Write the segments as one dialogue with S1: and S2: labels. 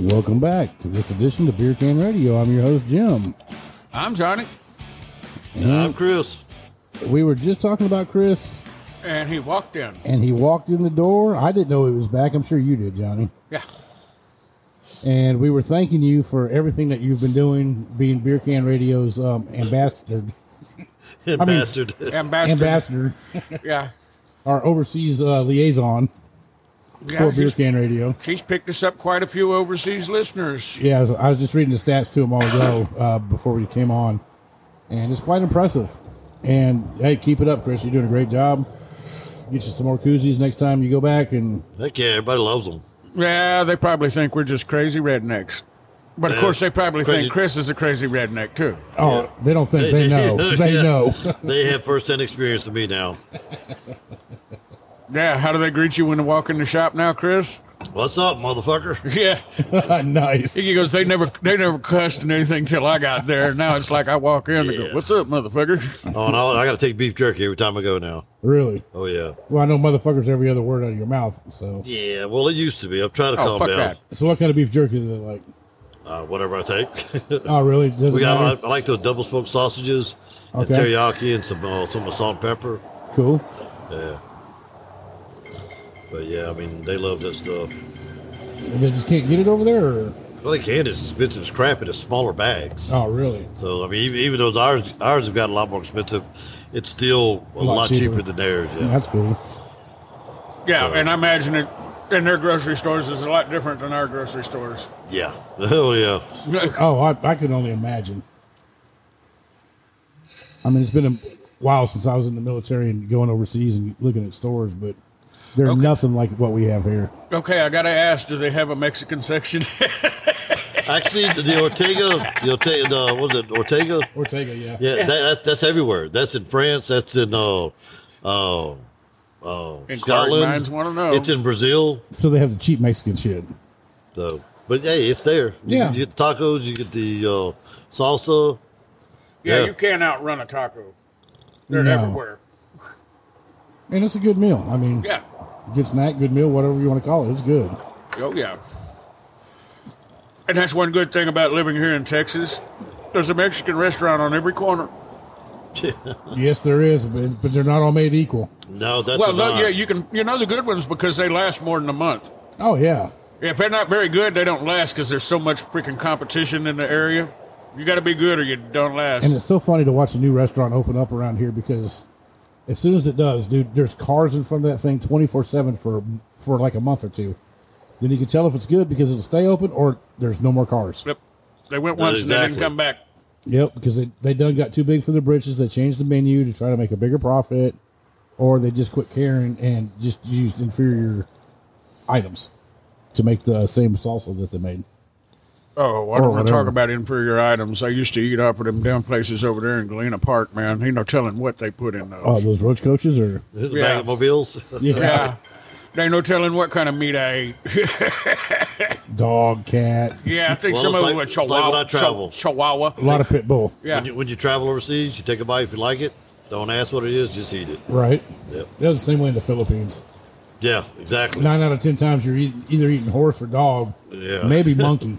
S1: Welcome back to this edition of Beer Can Radio. I'm your host, Jim.
S2: I'm Johnny,
S1: And
S3: I'm Chris.
S1: we were just talking about Chris,
S2: and he walked in.
S1: and he walked in the door. I didn't know he was back. I'm sure you did, Johnny.
S2: Yeah,
S1: And we were thanking you for everything that you've been doing, being Beer Can Radio's um, ambassador,
S3: Bastard.
S2: ambassador.
S1: ambassador,
S2: yeah,
S1: our overseas uh, liaison
S2: yeah
S1: for Beer
S2: he's,
S1: Can Radio.
S2: he's picked us up quite a few overseas listeners.
S1: Yeah, I was, I was just reading the stats to him all ago uh, before we came on, and it's quite impressive. And hey, keep it up, Chris. You're doing a great job. Get you some more koozies next time you go back, and
S3: Heck yeah, everybody loves them.
S2: Yeah, they probably think we're just crazy rednecks, but of
S3: Yeah,
S2: course they probably
S3: crazy-
S2: think Chris is a crazy redneck too.
S1: oh, they don't think they know. They
S3: yeah.
S1: know.
S3: they have first-hand experience of me now.
S2: Yeah, how do they greet you when you walk in the shop now, Chris?
S3: What's up, motherfucker?
S2: Yeah,
S1: nice.
S2: he goes. They never, they never cussed and anything till I got there. Now it's like I walk in and go,
S3: Yeah.
S2: "What's up, motherfucker?"
S3: Oh, and I'll, I got to take beef jerky every time I go now.
S1: Really.
S3: Oh yeah,
S1: Well, I know motherfuckers every other word out of your mouth. So,
S3: yeah. Well, it used to be. I'm trying to
S2: Oh,
S3: calm
S2: fuck
S3: down.
S2: that.
S1: so what kind of beef jerky do they like?
S3: Uh, whatever I take.
S1: Oh, really? Doesn't
S3: we got.
S1: matter.
S3: I, I like those double smoked sausages, and
S1: Okay.
S3: teriyaki, and some uh, some salt and pepper.
S1: Cool.
S3: Yeah. But yeah, I mean, they love that stuff.
S1: They just can't get it over there. Or?
S3: Well, they can. It's expensive as crap in the smaller bags.
S1: Oh, really?
S3: So I mean, even, even though ours ours have got a lot more expensive, it's still a, lot, cheaper. than theirs. Yeah.
S1: That's cool.
S2: Yeah, and I imagine it in their grocery stores is a lot different than our grocery stores.
S3: Yeah. Oh yeah.
S1: Oh, I, I can only imagine. I mean, it's been a while since I was in the military and going overseas and looking at stores, but they're nothing like what we have here.
S2: Okay, I gotta ask, do they have a Mexican section?
S3: Actually, the- the Ortega, the Ortega, the, what was it Ortega?
S1: Ortega, yeah.
S3: Yeah, That, that, that's everywhere. That's in France. That's in uh, uh,
S2: Inquiring
S3: Scotland.
S2: minds wanna know.
S3: It's in Brazil.
S1: So they have the cheap Mexican shit.
S3: So, but hey, it's there. You-
S1: Yeah.
S3: You, get the tacos. You get the uh, salsa.
S2: yeah,
S3: Yeah.
S2: you can't outrun a taco. They're
S1: No.
S2: everywhere.
S1: And it's a good meal. I mean,
S2: Yeah.
S1: good snack, good meal, whatever you want to call it. It's good.
S2: Oh yeah. And that's one good thing about living here in Texas. There's a Mexican restaurant on every corner.
S1: Yes, there is, but, but they're not all made equal.
S3: No, that's
S2: Well,
S3: not.
S2: though, yeah, you can you know the good ones because they last more than a month.
S1: Oh, yeah.
S2: If they're not very good, they don't last because there's so much freaking competition in the area. You got to be good or you don't last.
S1: And it's so funny to watch a new restaurant open up around here because as soon as it does, dude, there's cars in front of that thing 24 7 for for like a month or two. Then you can tell if it's good because it'll stay open or there's no more cars.
S2: Yep. They went
S3: No,
S2: once and they didn't
S3: exactly.
S2: come back.
S1: Yep, because they, they done got too big for their britches. They changed the menu to try to make a bigger profit or they just quit caring and just used inferior items to make the same salsa that they made.
S2: Oh, I don't want to
S1: whatever.
S2: talk about inferior items. I used to eat up at them damn places over there in Galena Park, man. Ain't no telling what they put in those.
S1: Oh, those roach coaches are.
S3: This is
S2: yeah.
S3: bag of mobiles.
S2: yeah. There ain't no telling what kind of meat I ate.
S1: Dog, cat,
S2: yeah, I think
S3: Well,
S2: some
S3: it's
S2: of
S3: like-
S2: them were
S3: it's like
S2: chihuahua.
S3: when I travel.
S2: chi- chihuahua.
S1: a lot of pit bull.
S2: Yeah.
S3: When you, when you travel overseas, you take a bite if you like it. Don't ask what it is, just eat it.
S1: Right?
S3: Yep.
S1: That was the same way in the Philippines.
S3: Yeah, exactly.
S1: nine out of ten times you're eating, either eating horse or dog,
S3: Yeah.
S1: maybe monkey.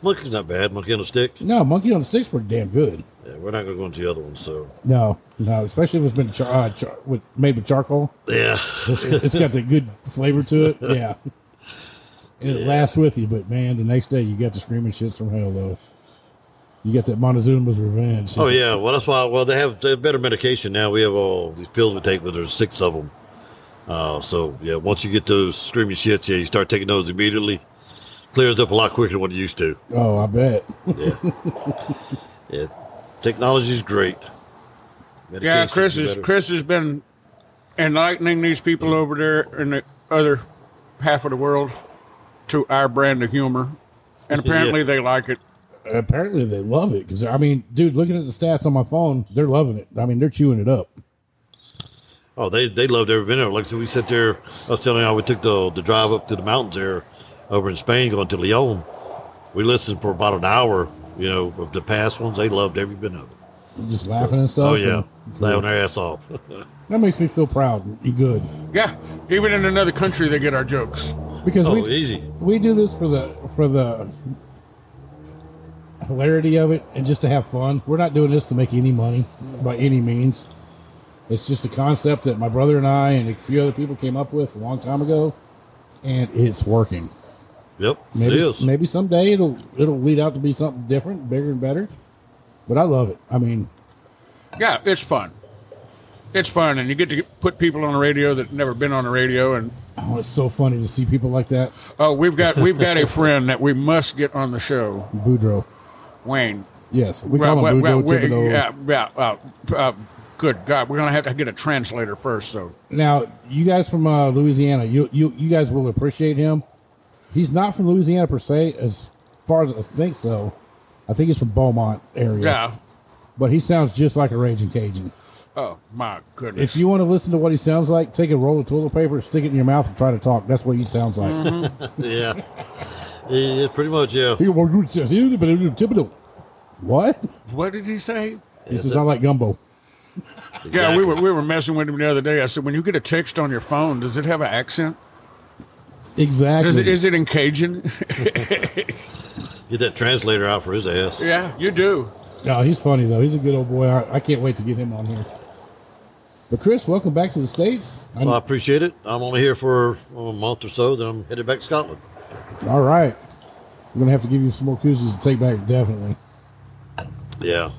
S3: Monkey's not bad. Monkey on a stick.
S1: no, monkey on the sticks were damn good.
S3: Yeah, we're not going to go into the other ones. So
S1: No, no, especially if it's been char- uh, char- with, made with charcoal.
S3: yeah, Oh,
S1: It's got the good flavor to it. Yeah, and it lasts with you. But man, the next day you got the screaming shits from hell though. You got that Montezuma's revenge.
S3: oh yeah. Well, that's why. Well, they have, they have better medication now. We have all these pills we take, but there's six of them. Uh, so yeah, once you get those screaming shits, yeah, you start taking those immediately. Clears up a lot quicker than what it used to.
S1: Oh, I bet.
S3: Yeah, technology's great.
S2: Yeah,
S3: Medication's
S2: Chris is
S3: better.
S2: Chris has been enlightening these people over there in the other half of the world to our brand of humor, and apparently they like it.
S1: Apparently they love it because I mean, dude, looking at the stats on my phone, they're loving it. I mean, they're chewing it up.
S3: Oh, they they loved every minute. of it. Like so we sat there. I was telling you, how we took the the drive up to the mountains there, over in Spain, going to Leon. We listened for about an hour. You know, of the past ones, they loved every bit of it.
S1: Just laughing and stuff.
S3: Oh yeah,
S1: and-
S3: laughing their ass off.
S1: that makes me feel proud. You good?
S2: Yeah, even in another country they get our jokes.
S1: because
S3: Oh,
S1: we
S3: easy.
S1: we do this for the for the hilarity of it and just to have fun. We're not doing this to make any money by any means. It's just a concept that my brother and I and a few other people came up with a long time ago, and it's working.
S3: Yep. it
S1: Maybe
S3: is.
S1: maybe someday it'll it'll lead out to be something different, bigger and better. But I love it. I mean,
S2: Yeah, it's fun. It's fun, and you get to get- put people on the radio that never been on the radio. And
S1: oh, it's so funny to see people like that.
S2: oh, we've got we've got a friend that we must get on the show,
S1: Boudreaux.
S2: Wayne.
S1: Yes, we call
S2: Well,
S1: him
S2: well,
S1: Boudreaux
S2: well, we-
S1: Thibodeau.
S2: yeah, yeah. Uh, uh, good God, we're gonna have to get a translator first. So
S1: Now, you guys from uh, Louisiana, you, you you guys will appreciate him. He's not from Louisiana per se, as far as I think so. I think he's from Beaumont area.
S2: yeah.
S1: But he sounds just like a raging Cajun.
S2: Oh my goodness.
S1: If you want to listen to what he sounds like, take a roll of toilet paper, stick it in your mouth, and try to talk. That's what he sounds like.
S3: Yeah. yeah. yeah, Pretty much. Yeah.
S1: He won't do it, says, "He'll be able to do it." What?
S2: what did he say?
S1: He says, "I like gumbo."
S2: Yeah, we
S3: Exactly.
S2: were we were messing with him the other day. I said, when you get a text on your phone, does it have an accent?
S1: Exactly.
S2: Is it, is it in Cajun?
S3: Get that translator out for his ass.
S2: yeah, you do.
S1: No, he's funny though. He's a good old boy. I, I can't wait to get him on here. But Chris, welcome back to the states. I'm-
S3: Well, I appreciate it. I'm only here for a month or so, then I'm headed back to Scotland.
S1: All right, we're gonna have to give you some more koozies to take back, definitely.
S3: Yeah.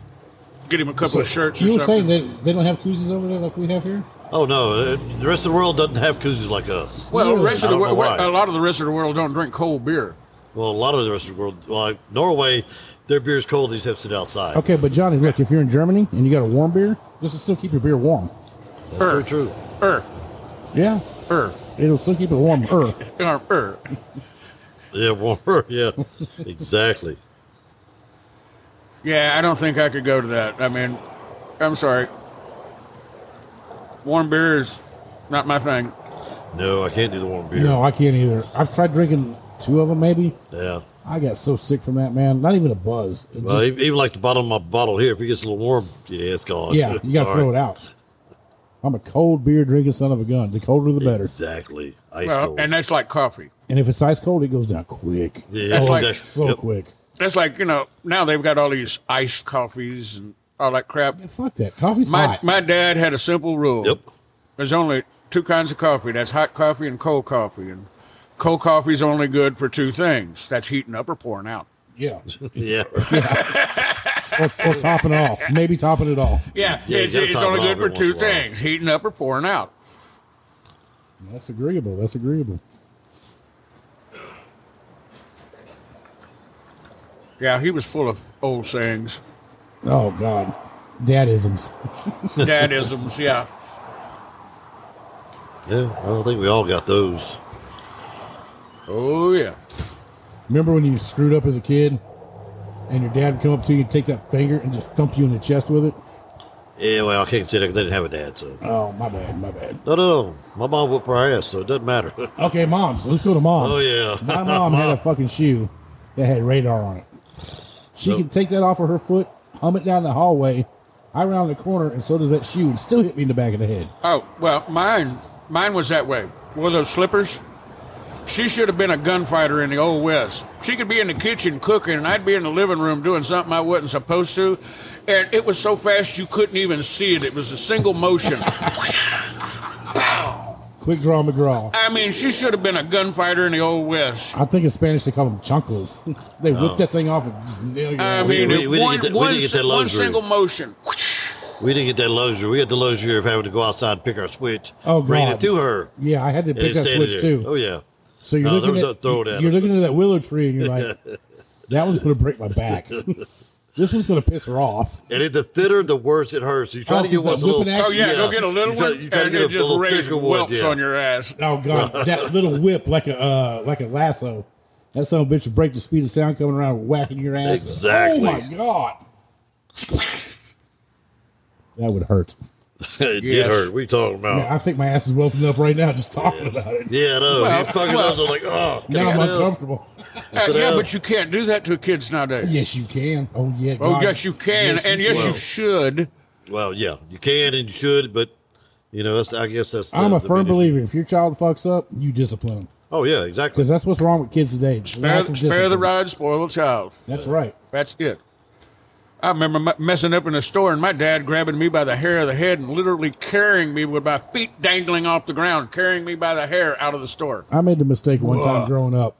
S2: Get him a couple of shirts.
S1: You
S2: or
S1: were saying
S2: something.
S1: that they don't have koozies over there like we have here.
S3: Oh no, uh, the rest of the world doesn't have koozies like us.
S2: Well, the
S1: Really?
S2: rest of
S3: I
S2: the
S3: don't know
S2: world,
S3: why.
S2: a lot of the rest of the world don't drink cold beer.
S3: Well, a lot of the rest of the world, like Norway, their beer's cold. These have to sit outside.
S1: Okay, but Johnny, look, if you're in Germany and you got a warm beer, this will still keep your beer warm.
S3: That's
S2: Er.
S3: very true.
S2: Er,
S1: Yeah,
S2: er,
S1: it'll still keep it warm. Er,
S2: er, er.
S3: Yeah, warmer. Yeah, exactly.
S2: Yeah, I don't think I could go to that. I mean, I'm sorry. Warm beer is not my thing.
S3: No, I can't do the warm beer.
S1: no, I can't either. I've tried drinking two of them, maybe.
S3: Yeah.
S1: I got so sick from that man. Not even a buzz. It
S3: Well,
S1: just-
S3: e- even like the bottom of my bottle here, if it gets a little warm, yeah, it's gone.
S1: yeah, you got to
S3: Sorry.
S1: throw it out. I'm a cold beer drinking son of a gun. The colder the better.
S3: Exactly. Ice
S2: Well,
S3: cold.
S2: and that's like coffee.
S1: And if it's ice cold, it goes down quick.
S3: yeah,
S2: that's like
S3: exactly.
S1: So
S3: Yep.
S1: quick.
S2: That's like you know now they've got all these iced coffees and all that crap.
S1: Fuck that. Coffee's
S2: My
S1: hot.
S2: my dad had a simple rule.
S3: Yep.
S2: There's only two kinds of coffee. That's hot coffee and cold coffee. And cold coffee's only good for two things. That's heating up or pouring out.
S1: yeah.
S3: Yeah.
S1: or, or topping off. Maybe topping it off.
S2: Yeah,
S3: Yeah, you
S2: it's,
S3: gotta
S2: it's
S3: top
S2: only
S3: it
S2: good
S3: off
S2: for
S3: every
S2: two
S3: once in a while.
S2: things: heating up or pouring out.
S1: That's agreeable. That's agreeable.
S2: Yeah, he was full of old sayings,
S1: Oh God, dadisms.
S2: dadisms. Yeah,
S3: yeah. I don't think we all got those.
S2: oh yeah.
S1: Remember when you screwed up as a kid, and your dad would come up to you and take that finger and just thump you in the chest with it?
S3: Yeah. Well, I can't say that 'cause I didn't have a dad, so.
S1: Oh my bad, my bad.
S3: No, no, no. My mom whooped my ass, so it doesn't matter.
S1: Okay, moms, let's go to moms.
S3: Oh, yeah.
S1: my mom had a fucking shoe that had radar on it. She
S3: Nope.
S1: could take that off of her foot, hum it down the hallway. I round the corner, and so does that shoe, and still hit me in the back of the head.
S2: Oh well, mine mine was that way. Wore those slippers. She should have been a gunfighter in the old west. She could be in the kitchen cooking, and I'd be in the living room doing something I wasn't supposed to. And it was so fast you couldn't even see it. It was a single motion.
S1: Quick draw, McGraw.
S2: I mean, she should have been a gunfighter in the old west.
S1: I think in Spanish they call them chunklas. they
S3: Oh.
S1: whip that thing off and just nail you.
S2: I
S1: out.
S2: mean,
S3: we- we
S2: it-
S3: didn't
S2: one,
S3: get that- we
S2: one
S3: didn't get that
S2: si- one
S3: luxury.
S2: single motion.
S3: We didn't get that luxury. We had the luxury of having to go outside and pick our switch,
S1: Oh,
S3: bring
S1: God.
S3: it to her.
S1: yeah, I had to
S3: and
S1: pick
S3: it
S1: that
S3: stayed
S1: switch
S3: there.
S1: too.
S3: Oh yeah.
S1: So you're
S3: No, there
S1: looking
S3: was
S1: at
S3: no throw it at
S1: you're
S3: us.
S1: looking at that willow tree and you're like, that one's gonna break my back. this one's gonna piss her off.
S3: And it, the thinner, the worse it hurts. You try
S1: Oh,
S3: to get
S1: 'cause that
S3: one little.
S1: whipping
S2: Oh
S1: action-
S2: yeah, go get a little
S3: you try,
S2: one,
S3: You try to
S2: and
S3: get a
S2: it just
S3: little
S2: raised
S3: thicker one.
S2: whelps
S3: Yeah.
S2: on your ass.
S1: Oh god, that little whip like a uh, like a lasso. That son of a bitch would break the speed of sound coming around, whacking your ass.
S3: Exactly.
S1: Oh my god, that would hurt.
S3: it did
S2: Yes.
S3: hurt. We talking about?
S1: I think my ass is welting up right now just talking about it.
S3: yeah, no.
S2: Well,
S3: You're
S2: well-
S3: talking about. I was like, oh, can
S1: Now
S3: I
S1: I'm
S3: get out?
S1: uncomfortable.
S2: Uh,
S3: Sit
S2: yeah,
S3: down.
S2: but you can't do that to kids nowadays.
S1: Yes, you can. Oh yeah.
S2: Oh,
S1: God.
S2: yes, you can, and yes, you
S3: can.
S2: should.
S3: Well, yeah, you can and you should, but you know, that's, I guess that's. the-
S1: I'm a
S3: the
S1: firm
S3: main issue.
S1: believer. If your child fucks up, you discipline them.
S3: Oh yeah, exactly.
S1: because that's what's wrong with kids today.
S2: Spare,
S1: Lack of
S2: spare the
S1: discipline.
S2: rod, spoil the child.
S1: That's right.
S2: That's it. I remember m- messing up in the store and my dad grabbing me by the hair of the head and literally carrying me with my feet dangling off the ground, carrying me by the hair out of the store.
S1: I made the mistake one time growing up.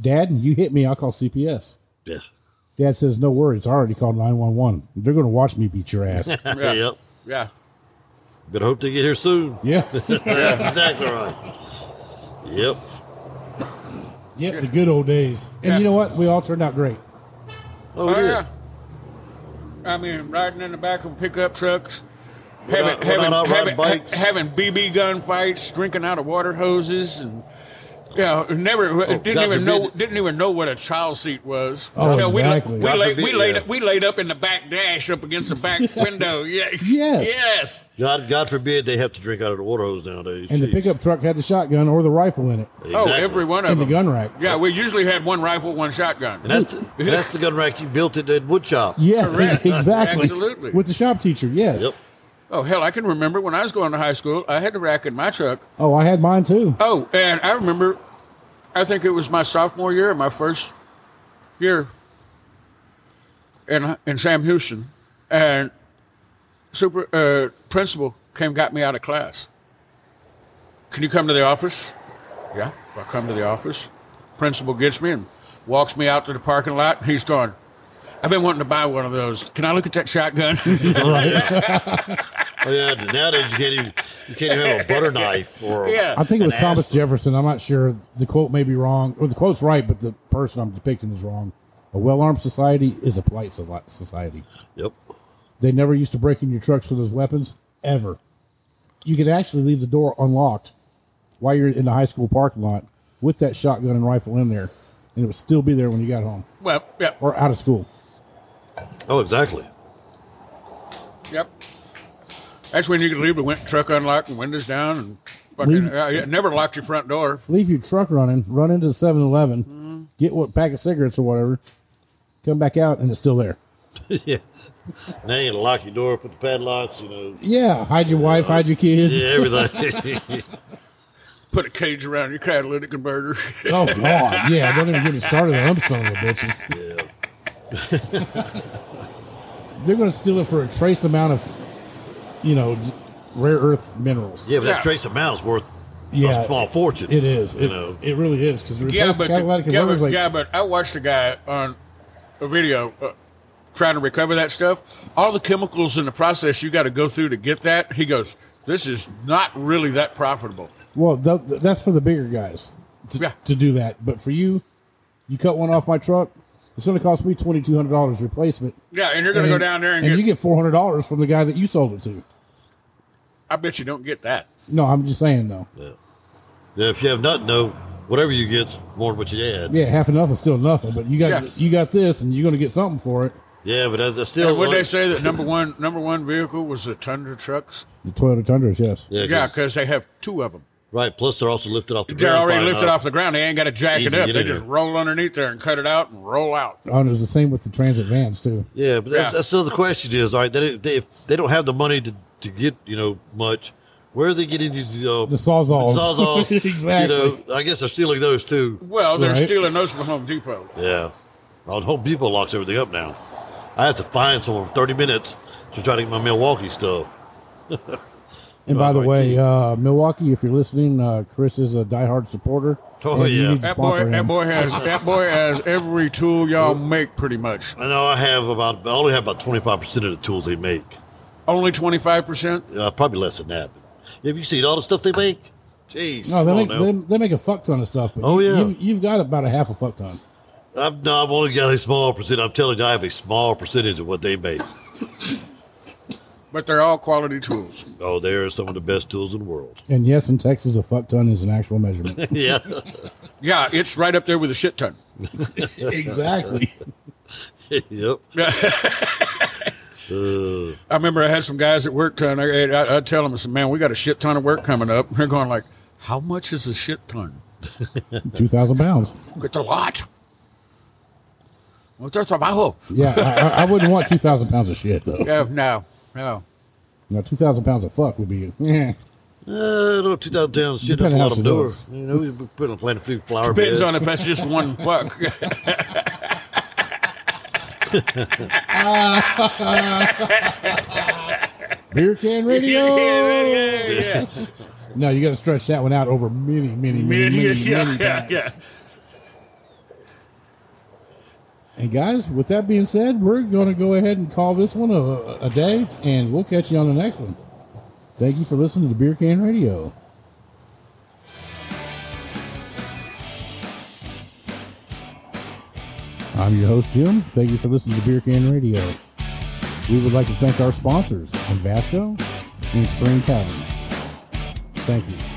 S1: Dad, you hit me. I'll call CPS.
S3: yeah.
S1: Dad says, "No worries. I already called nine one one. They're going to watch me beat your ass."
S2: Yeah.
S3: Yep.
S2: Yeah.
S3: Gonna hope they get here soon.
S1: yeah,
S3: That's exactly right. Yep.
S1: yep. The good old days. And
S2: Yeah.
S1: you know what? We all turned out great.
S3: Oh,
S2: Oh,
S3: dear.
S2: yeah. I mean, riding in the back of pickup trucks,
S3: We're
S2: having,
S3: not- we're
S2: having,
S3: not out riding
S2: having, ha-
S3: bikes.
S2: having BB gun fights, drinking out of water hoses, and yeah, never didn't
S3: Oh, God
S2: even know
S3: forbid.
S2: didn't even know what a child seat was.
S1: Oh,
S2: Yeah, we la-
S1: exactly.
S2: We,
S1: God
S2: laid, we
S3: forbid,
S2: laid
S3: yeah.
S2: we laid up in the back dash up against the back window. Yeah.
S1: Yes.
S2: Yes.
S3: God, God forbid they have to drink out of the water hose nowadays.
S1: And the
S3: Jeez.
S1: pickup truck had the shotgun or the rifle in it
S2: Oh,
S3: Exactly.
S2: every one of
S1: in the
S2: them.
S1: gun rack.
S2: Yeah, we usually had one rifle, one shotgun.
S3: And that's the, and that's the gun rack you built at that wood shop.
S1: Yes,
S2: Correct.
S1: exactly.
S2: Absolutely.
S1: With the shop teacher. Yes.
S3: Yep.
S2: oh hell, I can remember when I was going to high school, I had the rack in my truck.
S1: Oh, I had mine too.
S2: Oh, and I remember, I think it was my sophomore year, my first year in in Sam Houston, and super uh, principal came and got me out of class. Can you come to the office? Yeah, I come to the office. Principal gets me and walks me out to the parking lot. And he's going, I've been wanting to buy one of those. Can I look at that shotgun?
S3: Oh, yeah. Nowadays you can't even you can't even have a butter knife or a-
S2: Yeah.
S1: I think it was
S3: an
S1: Thomas
S3: aspirin.
S1: Jefferson. I'm not sure. The quote may be wrong. Well, the quote's right, but the person I'm depicting is wrong. A well armed society is a polite so- society.
S3: Yep.
S1: They never used to break in your trucks with those weapons, ever. You could actually leave the door unlocked while you're in the high school parking lot with that shotgun and rifle in there, and it would still be there when you got home
S2: well, yeah,
S1: or out of school.
S3: Oh, exactly.
S2: Yep. That's when you could leave the win- truck unlocked and windows down and fucking,
S1: Leave-
S2: uh, yeah, never locked your front door.
S1: Leave your truck running, run into the 7 Eleven, get what pack of cigarettes or whatever, come back out, and it's still there.
S3: yeah. Now you gotta lock your door, put the padlocks, you know.
S1: Yeah, hide your wife, hide your kids.
S3: Yeah, everything.
S2: Put a cage around your catalytic converter.
S1: Oh God, yeah! Don't even get me started on them son of the bitches.
S3: yeah.
S1: They're going to steal it for a trace amount of, you know, d- rare earth minerals.
S3: Yeah, but
S2: Yeah.
S3: that trace amount is worth
S1: Yeah,
S3: a small fortune.
S1: It is.
S3: You
S1: It,
S3: know.
S1: it really is because
S2: yeah,
S1: replace
S2: but
S1: catalytic
S2: yeah,
S1: converters
S2: but,
S1: like
S2: yeah, but I watched a guy on a video uh, trying to recover that stuff. All the chemicals in the process you got to go through to get that. He goes, "This is not really that profitable."
S1: well, th- th- that's for the bigger guys to,
S2: Yeah.
S1: to do that. But for you, you cut one off my truck, it's going to cost me twenty two hundred dollars replacement.
S2: Yeah, and you're going to go
S1: then-
S2: down there and,
S1: you
S2: get,
S1: get four hundred dollars from the guy that you sold it to.
S2: I bet you don't get that.
S1: No, I'm just saying though.
S3: Yeah. Yeah, if you have nothing though, whatever you get's more than what you had. Yeah,
S1: Yeah, half of nothing's still nothing. But you got
S2: Yeah.
S1: you got this, and you're going to get something for it.
S3: but that's, that's still
S2: And would they say that number one number one vehicle was the Tundra trucks?
S1: The Toyota Tundras, yes.
S3: Yeah, 'cause-
S2: Yeah, because they have two of them.
S3: right. Plus they're also lifted off the
S2: They're
S3: ground.
S2: already
S3: fine
S2: lifted
S3: enough.
S2: off the ground. They ain't got to jack
S3: Easy
S2: it
S3: to
S2: up.
S3: get
S2: They
S3: in
S2: just
S3: there.
S2: roll underneath there and cut it out and roll out.
S1: Oh, and it was the same with the transit vans too.
S3: Yeah, but that,
S2: Yeah.
S3: that's still the question is, all right, they, they, if they don't have the money to, to get, you know, much, where are they getting these uh,
S1: The sawzalls.
S3: Sawzalls.
S1: Exactly.
S3: You know, I guess they're stealing those too.
S2: Well, they're
S1: Right.
S2: stealing those from Home Depot.
S3: Yeah. Well, the Home Depot locks everything up now. I have to find someone for 30 minutes to try to get my Milwaukee stuff.
S1: And by the
S3: Right.
S1: way, uh, Milwaukee, if you're listening, uh, Chris is a diehard supporter.
S3: Oh,
S1: and you
S3: yeah.
S1: need to
S2: That boy,
S1: sponsor
S2: that
S1: him.
S2: boy has that boy has every tool y'all make pretty much.
S3: I know I have about, I only have about 25% of the tools they make.
S2: Only twenty five percent.
S3: Uh, probably less than that. But have you seen all the stuff they make? Jeez.
S1: No, they
S3: come on
S1: make,
S3: now.
S1: they, they make a fuck ton of stuff. But
S3: Oh,
S1: you,
S3: yeah.
S1: You've, you've got about a half a fuck ton.
S3: I've, no, I've only got a small percent. I'm telling you, I have a small percentage of what they make.
S2: But they're all quality tools.
S3: Oh, they are some of the best tools in the world.
S1: And yes, in Texas, a fuck ton is an actual measurement.
S3: yeah.
S2: Yeah, it's right up there with a shit ton.
S1: exactly.
S3: yep.
S2: I remember I had some guys at work ton. I, I, I tell them, I said, "Man, we got a shit ton of work coming up." They're going like, "How much is a shit ton?"
S1: Two thousand pounds.
S2: It's a lot. Well, there's a bajo.
S1: Yeah, I, I- I wouldn't want two thousand pounds of shit though.
S2: Yeah, no, no.
S1: Now, two thousand pounds of fuck would be. Yeah.
S3: Uh, no, 2010 shit, that's
S1: Depending
S3: a
S1: how
S3: lot
S1: she
S3: of door.
S1: looks.
S3: You know, we put a plant a few flower
S2: Depends
S3: beds.
S2: on if that's just one fuck.
S1: Beer can radio.
S2: yeah, yeah, yeah,
S1: No, you got to stretch that one out over many, many,
S2: yeah,
S1: many, many,
S2: yeah,
S1: many
S2: yeah,
S1: times.
S2: yeah, yeah.
S1: And guys, with that being said, we're going to go ahead and call this one a, a day, and we'll catch you on the next one. Thank you for listening to Beer Can Radio. I'm your host, Jim. Thank you for listening to Beer Can Radio. We would like to thank our sponsors, Vasco and Spring Tavern. Thank you.